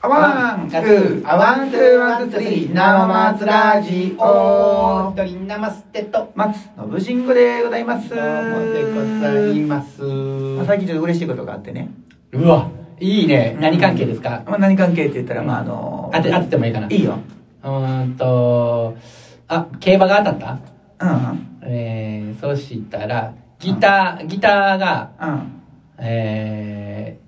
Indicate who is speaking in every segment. Speaker 1: アワン、ツー、アワン、ツー、ワン、ツー、スリー、生松ラジオ。
Speaker 2: 一人ナマステと。
Speaker 1: 松信慎吾でございます。
Speaker 2: どうもでございます。
Speaker 1: まあ最近ちょっと嬉しいことがあってね。
Speaker 2: うわ、いいね
Speaker 1: う。ん
Speaker 2: 何関係ですか。
Speaker 1: まあ何関係って言ったら、まああ
Speaker 2: 当
Speaker 1: の、
Speaker 2: て、当ててもいいかな。
Speaker 1: いい。よ。
Speaker 2: うーんと。あ、競馬が当たった。
Speaker 1: うんうん。
Speaker 2: えー、そしたら。ギター、ギターが。
Speaker 1: うん。
Speaker 2: えー。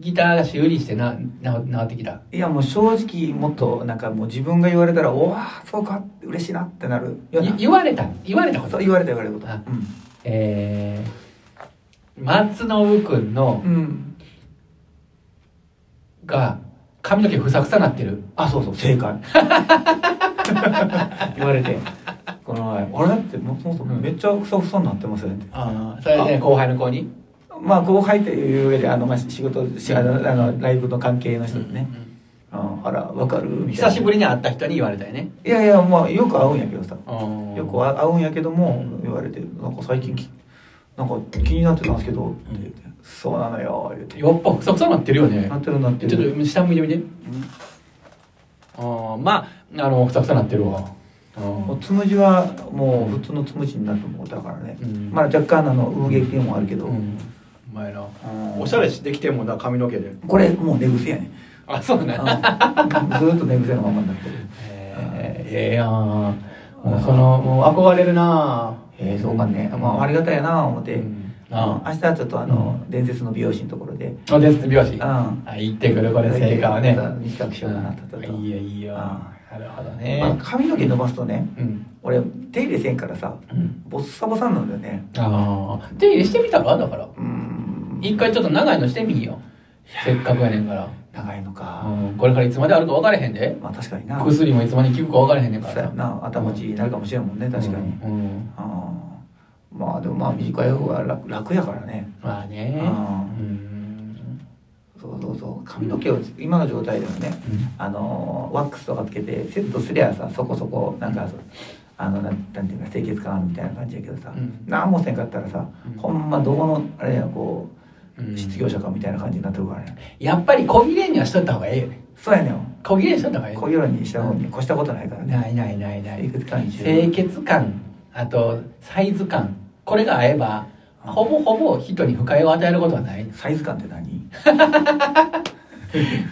Speaker 2: ギターが修理してな、な、直ってきた。
Speaker 1: いやもう正直もっとなんかもう自分が言われたら、おわ、そうか、嬉しいなってなるよう
Speaker 2: い
Speaker 1: な。
Speaker 2: 言われた。言われたこ
Speaker 1: そ
Speaker 2: と
Speaker 1: う。言われた言われたこと。
Speaker 2: あ
Speaker 1: うん
Speaker 2: えー。松信くんの。
Speaker 1: うん。
Speaker 2: が。髪の毛ふさふさなってる。
Speaker 1: あ、そうそう、正解。 言われて。この前、あれだって、もうそもそもめっちゃふさふさになってますよねって。
Speaker 2: ああ、それで後輩の子に。
Speaker 1: まあ後輩という上であの、まあ、仕事しあのあのライブの関係の人でね、うんあらわかるみたいな
Speaker 2: 久しぶりに会った人に言われたよね。
Speaker 1: いやいやまあよく会うんやけどさよ
Speaker 2: よ
Speaker 1: く会うんやけども言われてなんか最近きなんか気になってたんですけどって言ってそうなのよ言うて
Speaker 2: やっぱふさふさなってるよね
Speaker 1: な。ってるなって
Speaker 2: ちょっ
Speaker 1: る
Speaker 2: と下向いてみて。ああ、まあ、あの、ふさふさなってるわ。あ
Speaker 1: もう
Speaker 2: ー
Speaker 1: つむじはもう普通のつむじになると思うだからね、
Speaker 2: うん
Speaker 1: まあ若干あの産毛系もあるけど、
Speaker 2: うん。お前な。
Speaker 1: うん
Speaker 3: おしゃれしてきてんもんな髪の毛で
Speaker 1: これもう寝癖や ね、
Speaker 2: あ、そう
Speaker 1: うん、ず
Speaker 2: な。
Speaker 1: ーっと寝癖のままになってる
Speaker 2: えーええやん。もうその、もう憧れるな
Speaker 1: えー、そうかね、まあ、ありがたいやな思って、
Speaker 2: うん
Speaker 1: あ明日はちょっとあの、伝説の美容師のところで
Speaker 2: あ。おです、美容師。
Speaker 1: ん
Speaker 2: あ、行ってくる、これ、成果はね。
Speaker 1: 短くしようかなと
Speaker 2: うんいいよ、いいよ。
Speaker 1: あ
Speaker 2: なるほど
Speaker 1: まあ、
Speaker 2: ね。
Speaker 1: 髪の毛伸ばすとね
Speaker 2: うん。
Speaker 1: 俺手入れせんからさ
Speaker 2: うん。
Speaker 1: ボッサボサなんだよね
Speaker 2: ああ。で、してみたらだから。
Speaker 1: うん
Speaker 2: 一回ちょっと長いのしてみいよ。せっかくやねんから。
Speaker 1: 長いのか、
Speaker 2: うん、これからいつまであるか分かれへんで。
Speaker 1: まあ確かにな
Speaker 2: 薬もいつまで効くか分からへんねんか
Speaker 1: そう
Speaker 2: ら
Speaker 1: やな頭打ちになるかもしれんもんね確かに、
Speaker 2: うんうん
Speaker 1: あーまあでもまあ短い方が楽楽やからね
Speaker 2: まあね。
Speaker 1: あー
Speaker 2: うん
Speaker 1: そうそうそう髪の毛を今の状態でもねあのワックスとかつけてセットすりゃさそこそこなんかそうあのなんなんていうか清潔感あるみたいな感じやけどさ、
Speaker 2: うん
Speaker 1: 何もせんかったらさ、
Speaker 2: うん
Speaker 1: ほんまどこのあれやこう、
Speaker 2: うん
Speaker 1: 失業者かみたいな感じになってるからね
Speaker 2: やっぱり小切れにはしとった方がええよね。
Speaker 1: そうやねん
Speaker 2: 小切れにしとった方がええ
Speaker 1: こういうのにした方に越したことないからね、
Speaker 2: ないないないない
Speaker 1: 清。潔感一
Speaker 2: 清
Speaker 1: 緒
Speaker 2: 潔感、あとサイズ感、これが合えば、ほぼほぼ人に不快を与えることはない。
Speaker 1: サイズ感って何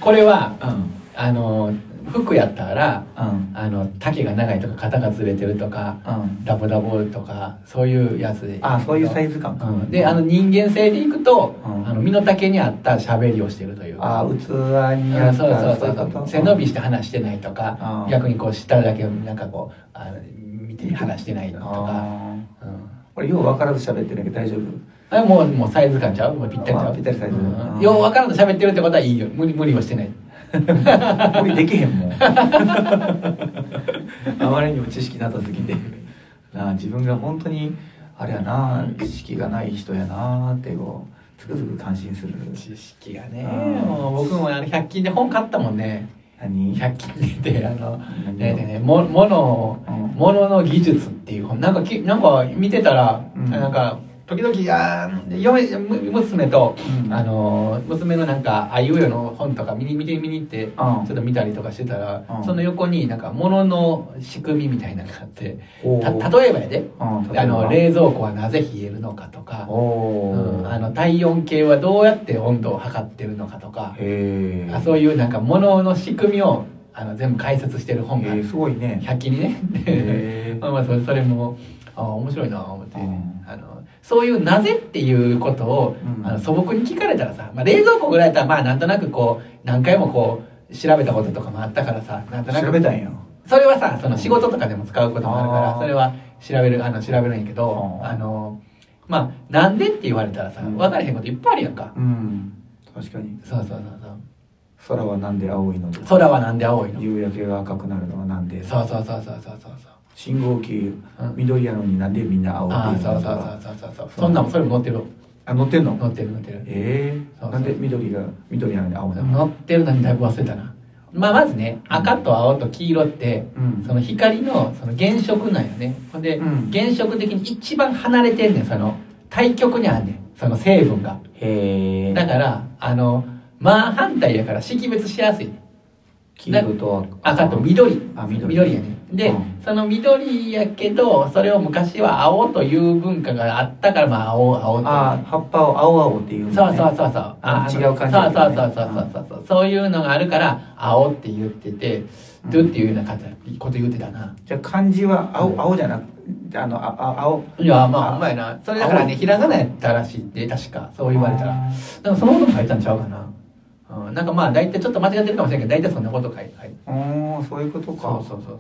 Speaker 2: これは、
Speaker 1: うん
Speaker 2: あの、服やったら、
Speaker 1: うん
Speaker 2: あの、丈が長いとか、肩がずれてるとか、
Speaker 1: うん
Speaker 2: ダボダボとかそういうやつで
Speaker 1: あそういうサイズ感か、
Speaker 2: うんであの人間性でいくと、
Speaker 1: うん
Speaker 2: あの身の丈に合った喋りをしてるという
Speaker 1: あ
Speaker 2: か
Speaker 1: 器
Speaker 2: うん
Speaker 1: にあった
Speaker 2: そう
Speaker 1: そ
Speaker 2: そう
Speaker 1: うい
Speaker 2: そう
Speaker 1: こ
Speaker 2: そう
Speaker 1: と
Speaker 2: 背伸びして話してないとか、
Speaker 1: うん
Speaker 2: 逆にこう下だけなんかこうあの見て話してないとか、
Speaker 1: あー
Speaker 2: うん、
Speaker 1: 俺よう分からず喋ってるけど大丈夫
Speaker 2: あもうもうサイズ感ちゃうもうぴったりちゃ
Speaker 1: あ
Speaker 2: う
Speaker 1: ぴったりサイズ
Speaker 2: うん
Speaker 1: うん
Speaker 2: よう分からず喋ってるってことはいいよ無理無理はしてない
Speaker 1: 俺できへん もんあまりにも知識なさすぎてなあ自分が本当にあれやな知識がない人やなってこうつくづく感心する
Speaker 2: 知識がね
Speaker 1: うん
Speaker 2: もう僕もあの100均で本買ったもんね
Speaker 1: 何
Speaker 2: 100均であの
Speaker 1: 何
Speaker 2: ねえねえもものを
Speaker 1: うん
Speaker 2: ものの技術っていう本なんかきなんか見てたら、
Speaker 1: うん
Speaker 2: なんか時々あー嫁む娘と、
Speaker 1: うん
Speaker 2: あの娘のなんかあいうえおの本とか見に見て見に行って、ちょっと見たりとかしてたら、
Speaker 1: うん
Speaker 2: その横になんかものの仕組みみたいなのがあって
Speaker 1: お
Speaker 2: た
Speaker 1: ー
Speaker 2: 例えばやで
Speaker 1: うん例えば
Speaker 2: あの冷蔵庫はなぜ冷えるのかとか、
Speaker 1: おー
Speaker 2: うんあの体温計はどうやって温度を測ってるのかとか、
Speaker 1: へえ
Speaker 2: あそういうなんか物の仕組みをあの全部解説してる本が
Speaker 1: へーすごいね
Speaker 2: 100均にね
Speaker 1: へ
Speaker 2: で
Speaker 1: ー
Speaker 2: まあまあそれそれもあ面白いなと思って、
Speaker 1: うん
Speaker 2: あのそういうなぜっていうことを、
Speaker 1: うん
Speaker 2: あの素朴に聞かれたらさ、まあ、冷蔵庫ぐらいやったらまあなんとなくこう何回もこう調べたこととかもあったからさなんとな
Speaker 1: 調
Speaker 2: く
Speaker 1: べたんや
Speaker 2: それはさその仕事とかでも使うこともあるから
Speaker 1: あー
Speaker 2: それは調べるあの調べるんやけど、
Speaker 1: うん
Speaker 2: あのまあなんでって言われたらさ
Speaker 1: うん
Speaker 2: 分からへんこといっぱいあるやんか、
Speaker 1: うん確かに
Speaker 2: そうそうそうそう
Speaker 1: 空はなんで青いのとか
Speaker 2: 空はなんで青いの
Speaker 1: 夕焼けが赤くなるのはなんで
Speaker 2: そうそうそうそうそうそうそう
Speaker 1: 信号機
Speaker 2: うん
Speaker 1: 緑やのになんでみんな青って
Speaker 2: ああ
Speaker 1: 言
Speaker 2: そう
Speaker 1: の
Speaker 2: そ
Speaker 1: と
Speaker 2: う
Speaker 1: か
Speaker 2: そうそうそうそうそんなもんそれも載ってる
Speaker 1: あ乗ってんの
Speaker 2: 載ってる載ってる
Speaker 1: ええ
Speaker 2: そうそう
Speaker 1: なんで緑が緑なのに青なの
Speaker 2: 載ってるのにだいぶ忘れたなまあまずね赤と青と黄色って
Speaker 1: うん
Speaker 2: その光のその原色なんよねほんで
Speaker 1: うん
Speaker 2: 原色的に一番離れてんねんその対極にあんねんその成分が
Speaker 1: へえ
Speaker 2: だからあのまあ反対やから識別しやすい
Speaker 1: 黄色と
Speaker 2: 赤と緑
Speaker 1: あ緑
Speaker 2: やねで、
Speaker 1: うん
Speaker 2: その緑やけどそれを昔は青という文化があったからまあ青青と
Speaker 1: ああ葉っぱを青々っていう
Speaker 2: そうそう
Speaker 1: う
Speaker 2: そうそう
Speaker 1: あ違う感じ
Speaker 2: そ
Speaker 1: だ
Speaker 2: うそ
Speaker 1: よね
Speaker 2: うそうそうそうそうそういうのがあるから青って言ってて
Speaker 1: うん
Speaker 2: ドゥっていうような形こと言ってたな
Speaker 1: じゃあ漢字は青青じゃなくあのああ青
Speaker 2: いやま
Speaker 1: あ
Speaker 2: あほんまやなそれだからねひらがなやったらしいって確かそう言われたらでもそのこと書いたんちゃうかなうん、なんかまあ大体ちょっと間違ってるかもしれんけど大体そんなこと書いて
Speaker 1: あーおーそういうことか
Speaker 2: そうそうそう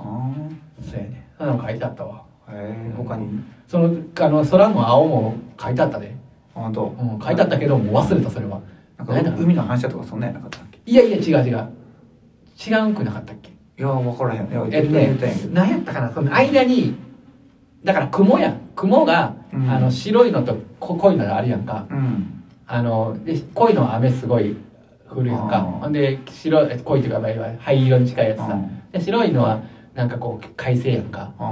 Speaker 2: そうやねそんなの書いてあったわ
Speaker 1: あーへえ他に
Speaker 2: そのあの空も青も書いてあったで、
Speaker 1: あ本当
Speaker 2: うん、書いてあったけどもう忘れたそれは
Speaker 1: なん
Speaker 2: 何だ
Speaker 1: か
Speaker 2: ろう
Speaker 1: 海の反射とかそんなんやなかったっけ
Speaker 2: いやいや違う違う違うんくなかったっけ
Speaker 1: いや分からへんいや
Speaker 2: えっ
Speaker 1: 言
Speaker 2: とね
Speaker 1: ったんやけど
Speaker 2: 何やったかなその間にだから雲や雲が、
Speaker 1: うん
Speaker 2: あの白いのとこ濃いのがあるやんか
Speaker 1: うん
Speaker 2: あので濃いのは雨すごい降るやんか
Speaker 1: あー
Speaker 2: ほんで白いえ濃いというかまあ灰色に近いやつ
Speaker 1: う
Speaker 2: さ
Speaker 1: ん
Speaker 2: で白いのはなんかこう快晴やんか
Speaker 1: う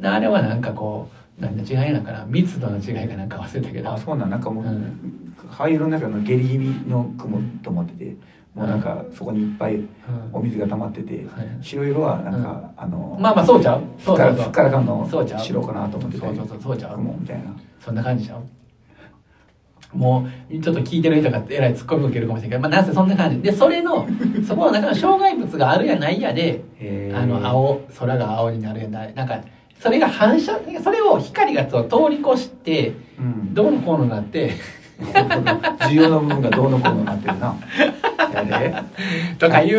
Speaker 1: ん
Speaker 2: なあれはなんかこう何の違いなんかな密度の違いかなんか忘れたけど
Speaker 1: あそうなんなんかもう、
Speaker 2: う
Speaker 1: 灰色の中の下痢気味の雲と思っててもうなんかそこにいっぱい
Speaker 2: うん
Speaker 1: お水が溜まってて
Speaker 2: はい
Speaker 1: 白色はなんか、あの
Speaker 2: まあまあそうちゃう
Speaker 1: す
Speaker 2: そ
Speaker 1: っ
Speaker 2: う
Speaker 1: か
Speaker 2: そ
Speaker 1: ら
Speaker 2: う
Speaker 1: す
Speaker 2: そ
Speaker 1: っ
Speaker 2: う
Speaker 1: からかんの
Speaker 2: そうちゃう
Speaker 1: 白かなと思ってて
Speaker 2: そうそうそうそうちゃう
Speaker 1: 雲みたいな
Speaker 2: そんな感じちゃうもうちょっと聞いてる人がえらい突っ込み受けるかもしれないけど、まあ、なんせそんな感じでそれのそこの中の障害物があるやないやで
Speaker 1: へー
Speaker 2: あの青空が青になるやないなんかそれが反射それを光がそう通り越して
Speaker 1: うん
Speaker 2: どうのこうのなって
Speaker 1: 重要な部分がどうのこうのなって るなやで
Speaker 2: とかいう、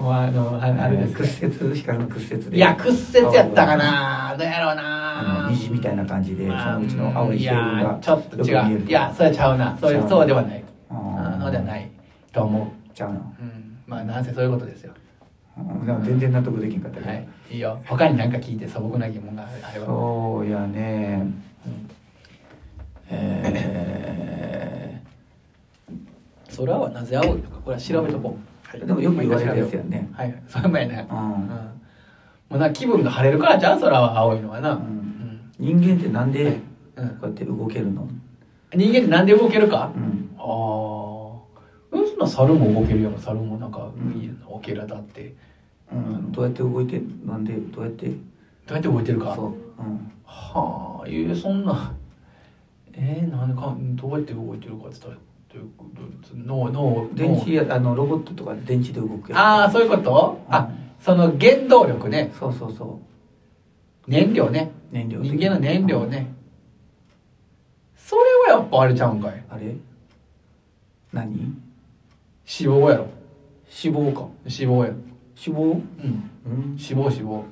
Speaker 2: もうあのああれですけど
Speaker 1: 屈折光の屈折で
Speaker 2: い
Speaker 1: い
Speaker 2: や屈折やったかなどうやろうな
Speaker 1: 虹みたいな感じでそのうちの青い
Speaker 2: い
Speaker 1: 光が
Speaker 2: やちょっと違
Speaker 1: よく見える
Speaker 2: ういやそれちゃうなそうい
Speaker 1: ちゃ
Speaker 2: う
Speaker 1: う
Speaker 2: そうではない
Speaker 1: あ
Speaker 2: あ
Speaker 1: ー
Speaker 2: のではないと思
Speaker 1: ちゃうの
Speaker 2: う、うん、まあなんせそういうことですよ
Speaker 1: うんでも全然納得できんかったけど、
Speaker 2: はいいいよ他に何か聞いて素朴な疑問があればは
Speaker 1: そうやねえ
Speaker 2: 空はなぜ青いのかこれは調べとこう、
Speaker 1: ーでもよく言われるやつや
Speaker 2: ね
Speaker 1: ね
Speaker 2: はいそれもやね
Speaker 1: う
Speaker 2: うん
Speaker 1: ん
Speaker 2: もうな気分が晴れるからじゃあ空は青いのはな、
Speaker 1: う
Speaker 2: うんん
Speaker 1: 人間ってなん
Speaker 2: は
Speaker 1: で
Speaker 2: いうん
Speaker 1: こうやって動けるの、
Speaker 2: 人間ってなんで動けるか、
Speaker 1: うん
Speaker 2: ああうんそんな猿も動けるよ猿もなんか海のオケラだって
Speaker 1: うん、どうやって動いてなんでどうやって
Speaker 2: どうやって動いてるか
Speaker 1: そう、うん、
Speaker 2: はあいやそんなえー、なんかどうやって動いてるかって言ったらどういうこと脳脳
Speaker 1: 電池やあのロボットとか電池で動くやつ
Speaker 2: ああそういうこと、
Speaker 1: うん
Speaker 2: あその原動力ね
Speaker 1: そうそうそう
Speaker 2: 燃料ね
Speaker 1: 燃料
Speaker 2: 人間の燃料ね、それはやっぱあれちゃうんかい
Speaker 1: あれ何
Speaker 2: 脂肪やろ
Speaker 1: 脂肪か
Speaker 2: 脂肪やろ
Speaker 1: 脂肪
Speaker 2: うん
Speaker 1: うん
Speaker 2: 脂肪脂肪脂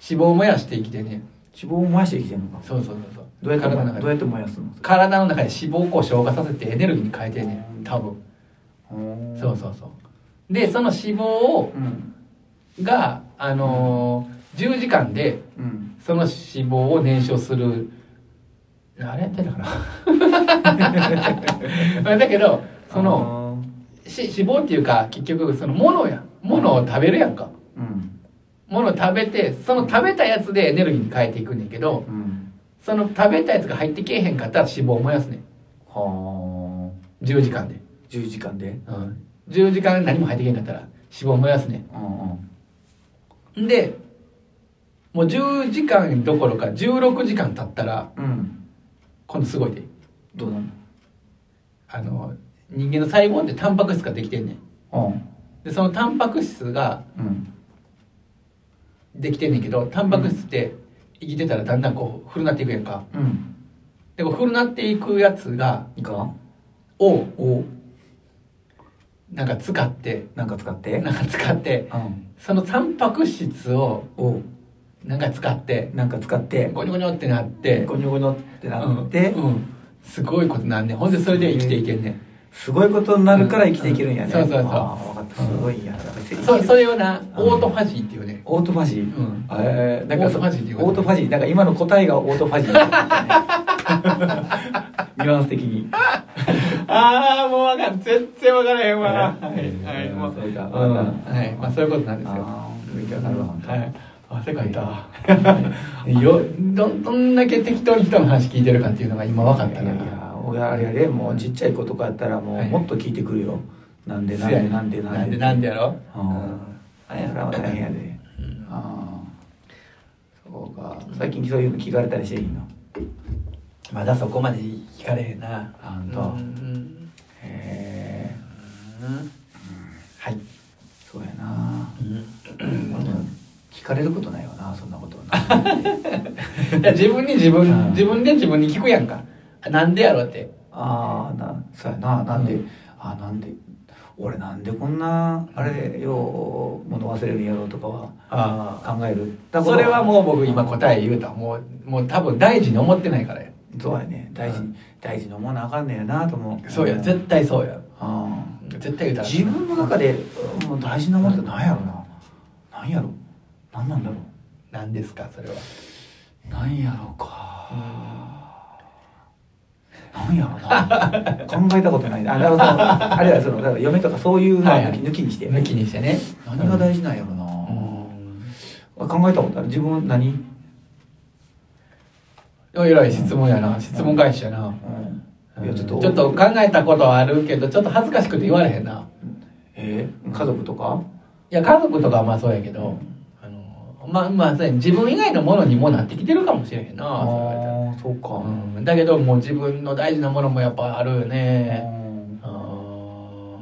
Speaker 2: 肪を燃やして生きてね
Speaker 1: 脂肪を燃やして生きてるのか
Speaker 2: そうそうそうそう
Speaker 1: どうやって
Speaker 2: 体の
Speaker 1: どう
Speaker 2: 中
Speaker 1: や
Speaker 2: で
Speaker 1: って燃やすの
Speaker 2: 体の中で脂肪をこう消化させてエネルギーに変えてんねん多分
Speaker 1: うん
Speaker 2: そうそうそうでその脂肪を
Speaker 1: うん
Speaker 2: が、あのー10時間で
Speaker 1: うん
Speaker 2: その脂肪を燃焼するあれやってたかな だけどその
Speaker 1: の
Speaker 2: し脂肪っていうか結局そのものやものを食べるやんか
Speaker 1: うん
Speaker 2: ものを食べてその食べたやつでエネルギーに変えていくねんけど
Speaker 1: うん
Speaker 2: その食べたやつが入ってけえへんかったら脂肪を燃やすねん
Speaker 1: は
Speaker 2: 10時間で、
Speaker 1: あ10時間で
Speaker 2: うん、10時間何も入ってけえへんかったら脂肪を燃やすねん
Speaker 1: うんうん
Speaker 2: でもう10時間どころか16時間経ったら
Speaker 1: うん
Speaker 2: 今度すごいで
Speaker 1: どうな
Speaker 2: あの人間の細胞ってタンパク質ができてんねん
Speaker 1: の
Speaker 2: でそのタンパク質が
Speaker 1: うんうん
Speaker 2: できてんねんけどタンパク質って生きてたらだんだんこう古なっていくやんか
Speaker 1: うん
Speaker 2: でこう古なっていくやつが
Speaker 1: いいか
Speaker 2: を
Speaker 1: お
Speaker 2: なんか使って
Speaker 1: なんか使って
Speaker 2: なんか使って
Speaker 1: うん
Speaker 2: そのタンパク質を
Speaker 1: お
Speaker 2: なんか使って
Speaker 1: なんか使って
Speaker 2: ゴニョゴニョってなって
Speaker 1: ゴニョゴニョってなって、
Speaker 2: うんうんすごいことなんねんほんでそれで生きていけんねん
Speaker 1: すごいことになるから生きていけるんやね、
Speaker 2: うんそうそうそう
Speaker 1: ああ分かったすごいやん
Speaker 2: そそれをなオートファジーっていうね
Speaker 1: オートファジー、
Speaker 2: うん
Speaker 1: えーなんか
Speaker 2: オートファジーっていうこと
Speaker 1: オートファジーなんか今の答えがオートファジー ニュアンス的に
Speaker 2: ああもうわかん全然わからへん
Speaker 1: えーそうか、
Speaker 2: うん
Speaker 1: ま
Speaker 2: はい、まあそういうことなんですよ。
Speaker 1: あー勉強になるわ本当
Speaker 2: はい。汗かいた。はい よ、ど、どんだけ適当に人の話聞いてるかっていうのが今分かった
Speaker 1: いやい
Speaker 2: な。
Speaker 1: や俺あれあれもうちっちゃい子とかやったらもう
Speaker 2: はい
Speaker 1: もっと聞いてくるよ、なんでなん
Speaker 2: せや
Speaker 1: で
Speaker 2: ね
Speaker 1: なんでなんで
Speaker 2: なんでなんでやろ
Speaker 1: うんあれやからは大変やで
Speaker 2: うん
Speaker 1: ああそうか最近そういうの聞かれたりしていいの
Speaker 2: まだそこまで聞かれへんな
Speaker 1: あんた
Speaker 2: うん
Speaker 1: へえ
Speaker 2: うんはい
Speaker 1: そうやな
Speaker 2: うん
Speaker 1: 聞かれることないよなそんなこと な
Speaker 2: い や自分に自
Speaker 1: うん
Speaker 2: 分自分で自分に聞くやんかあなんでやろって
Speaker 1: ああなそうやななんで、
Speaker 2: うん
Speaker 1: あなんで俺なんでこんなあれよう物忘れるんやろうとかは
Speaker 2: あ
Speaker 1: 考える
Speaker 2: あそれはもう僕今
Speaker 1: 答え
Speaker 2: 答え言うたもうもう多分大事に思ってないからや
Speaker 1: そうやね大事に、
Speaker 2: う
Speaker 1: 大事に思わなあかんねやなと思う
Speaker 2: そうや絶対そうや
Speaker 1: あ
Speaker 2: 絶対言う
Speaker 1: あ
Speaker 2: たら
Speaker 1: 自分の中でもう大事なものって何やろな何やろ何なんだろう
Speaker 2: 何ですかそれは
Speaker 1: 何やろうか何やろな考えたことないなあなるほどあれはそのだから嫁とかそういうのは
Speaker 2: はいはい
Speaker 1: 抜き,、抜きにして
Speaker 2: 抜きにしてね
Speaker 1: 何が大
Speaker 2: 事
Speaker 1: 事なんやろな、考えたことある自分何、うん、
Speaker 2: えらい質問やな質問返しやな
Speaker 1: いうや
Speaker 2: ん
Speaker 1: ち
Speaker 2: ち
Speaker 1: ょ
Speaker 2: ょ
Speaker 1: っと
Speaker 2: っと考えたことはあるけどちょっと恥ずかしくて言われへんな
Speaker 1: えー家族とか
Speaker 2: いや家族とかはまあそうやけど、あのまあまあそうや自分以外のものにもなってきてるかもしれへんな
Speaker 1: あ
Speaker 2: そう言われたら
Speaker 1: ーそうか、
Speaker 2: うん、だけどもう自分の大事なものもやっぱあるよね、
Speaker 1: うん
Speaker 2: あ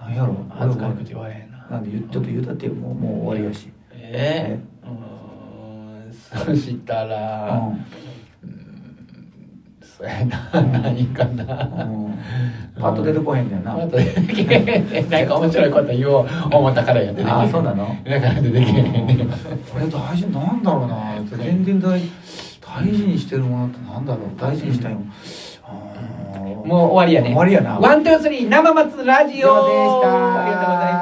Speaker 1: 何やろ
Speaker 2: ー恥ずかしくて言われへんな
Speaker 1: なんで言うちょっと言うたってよもうもう終わりやし、
Speaker 2: ええうーんそした
Speaker 1: う
Speaker 2: ら、
Speaker 1: ん
Speaker 2: そうやな何か
Speaker 1: う
Speaker 2: な、
Speaker 1: ん、パッと出てこへんねんな、
Speaker 2: あとなんか面白いこと言おう思ったからやってできへん
Speaker 1: あーそうなの
Speaker 2: だから出てけへんね
Speaker 1: これ大事なんだろうな全然大大事にしてるものってなんだろう大事にしたいもの、あー
Speaker 2: もう終わりやね
Speaker 1: 終わりやな
Speaker 2: ワン、ツー、スリー、生松ラジ
Speaker 1: 以上
Speaker 2: オ
Speaker 1: でした
Speaker 2: ありがとうございます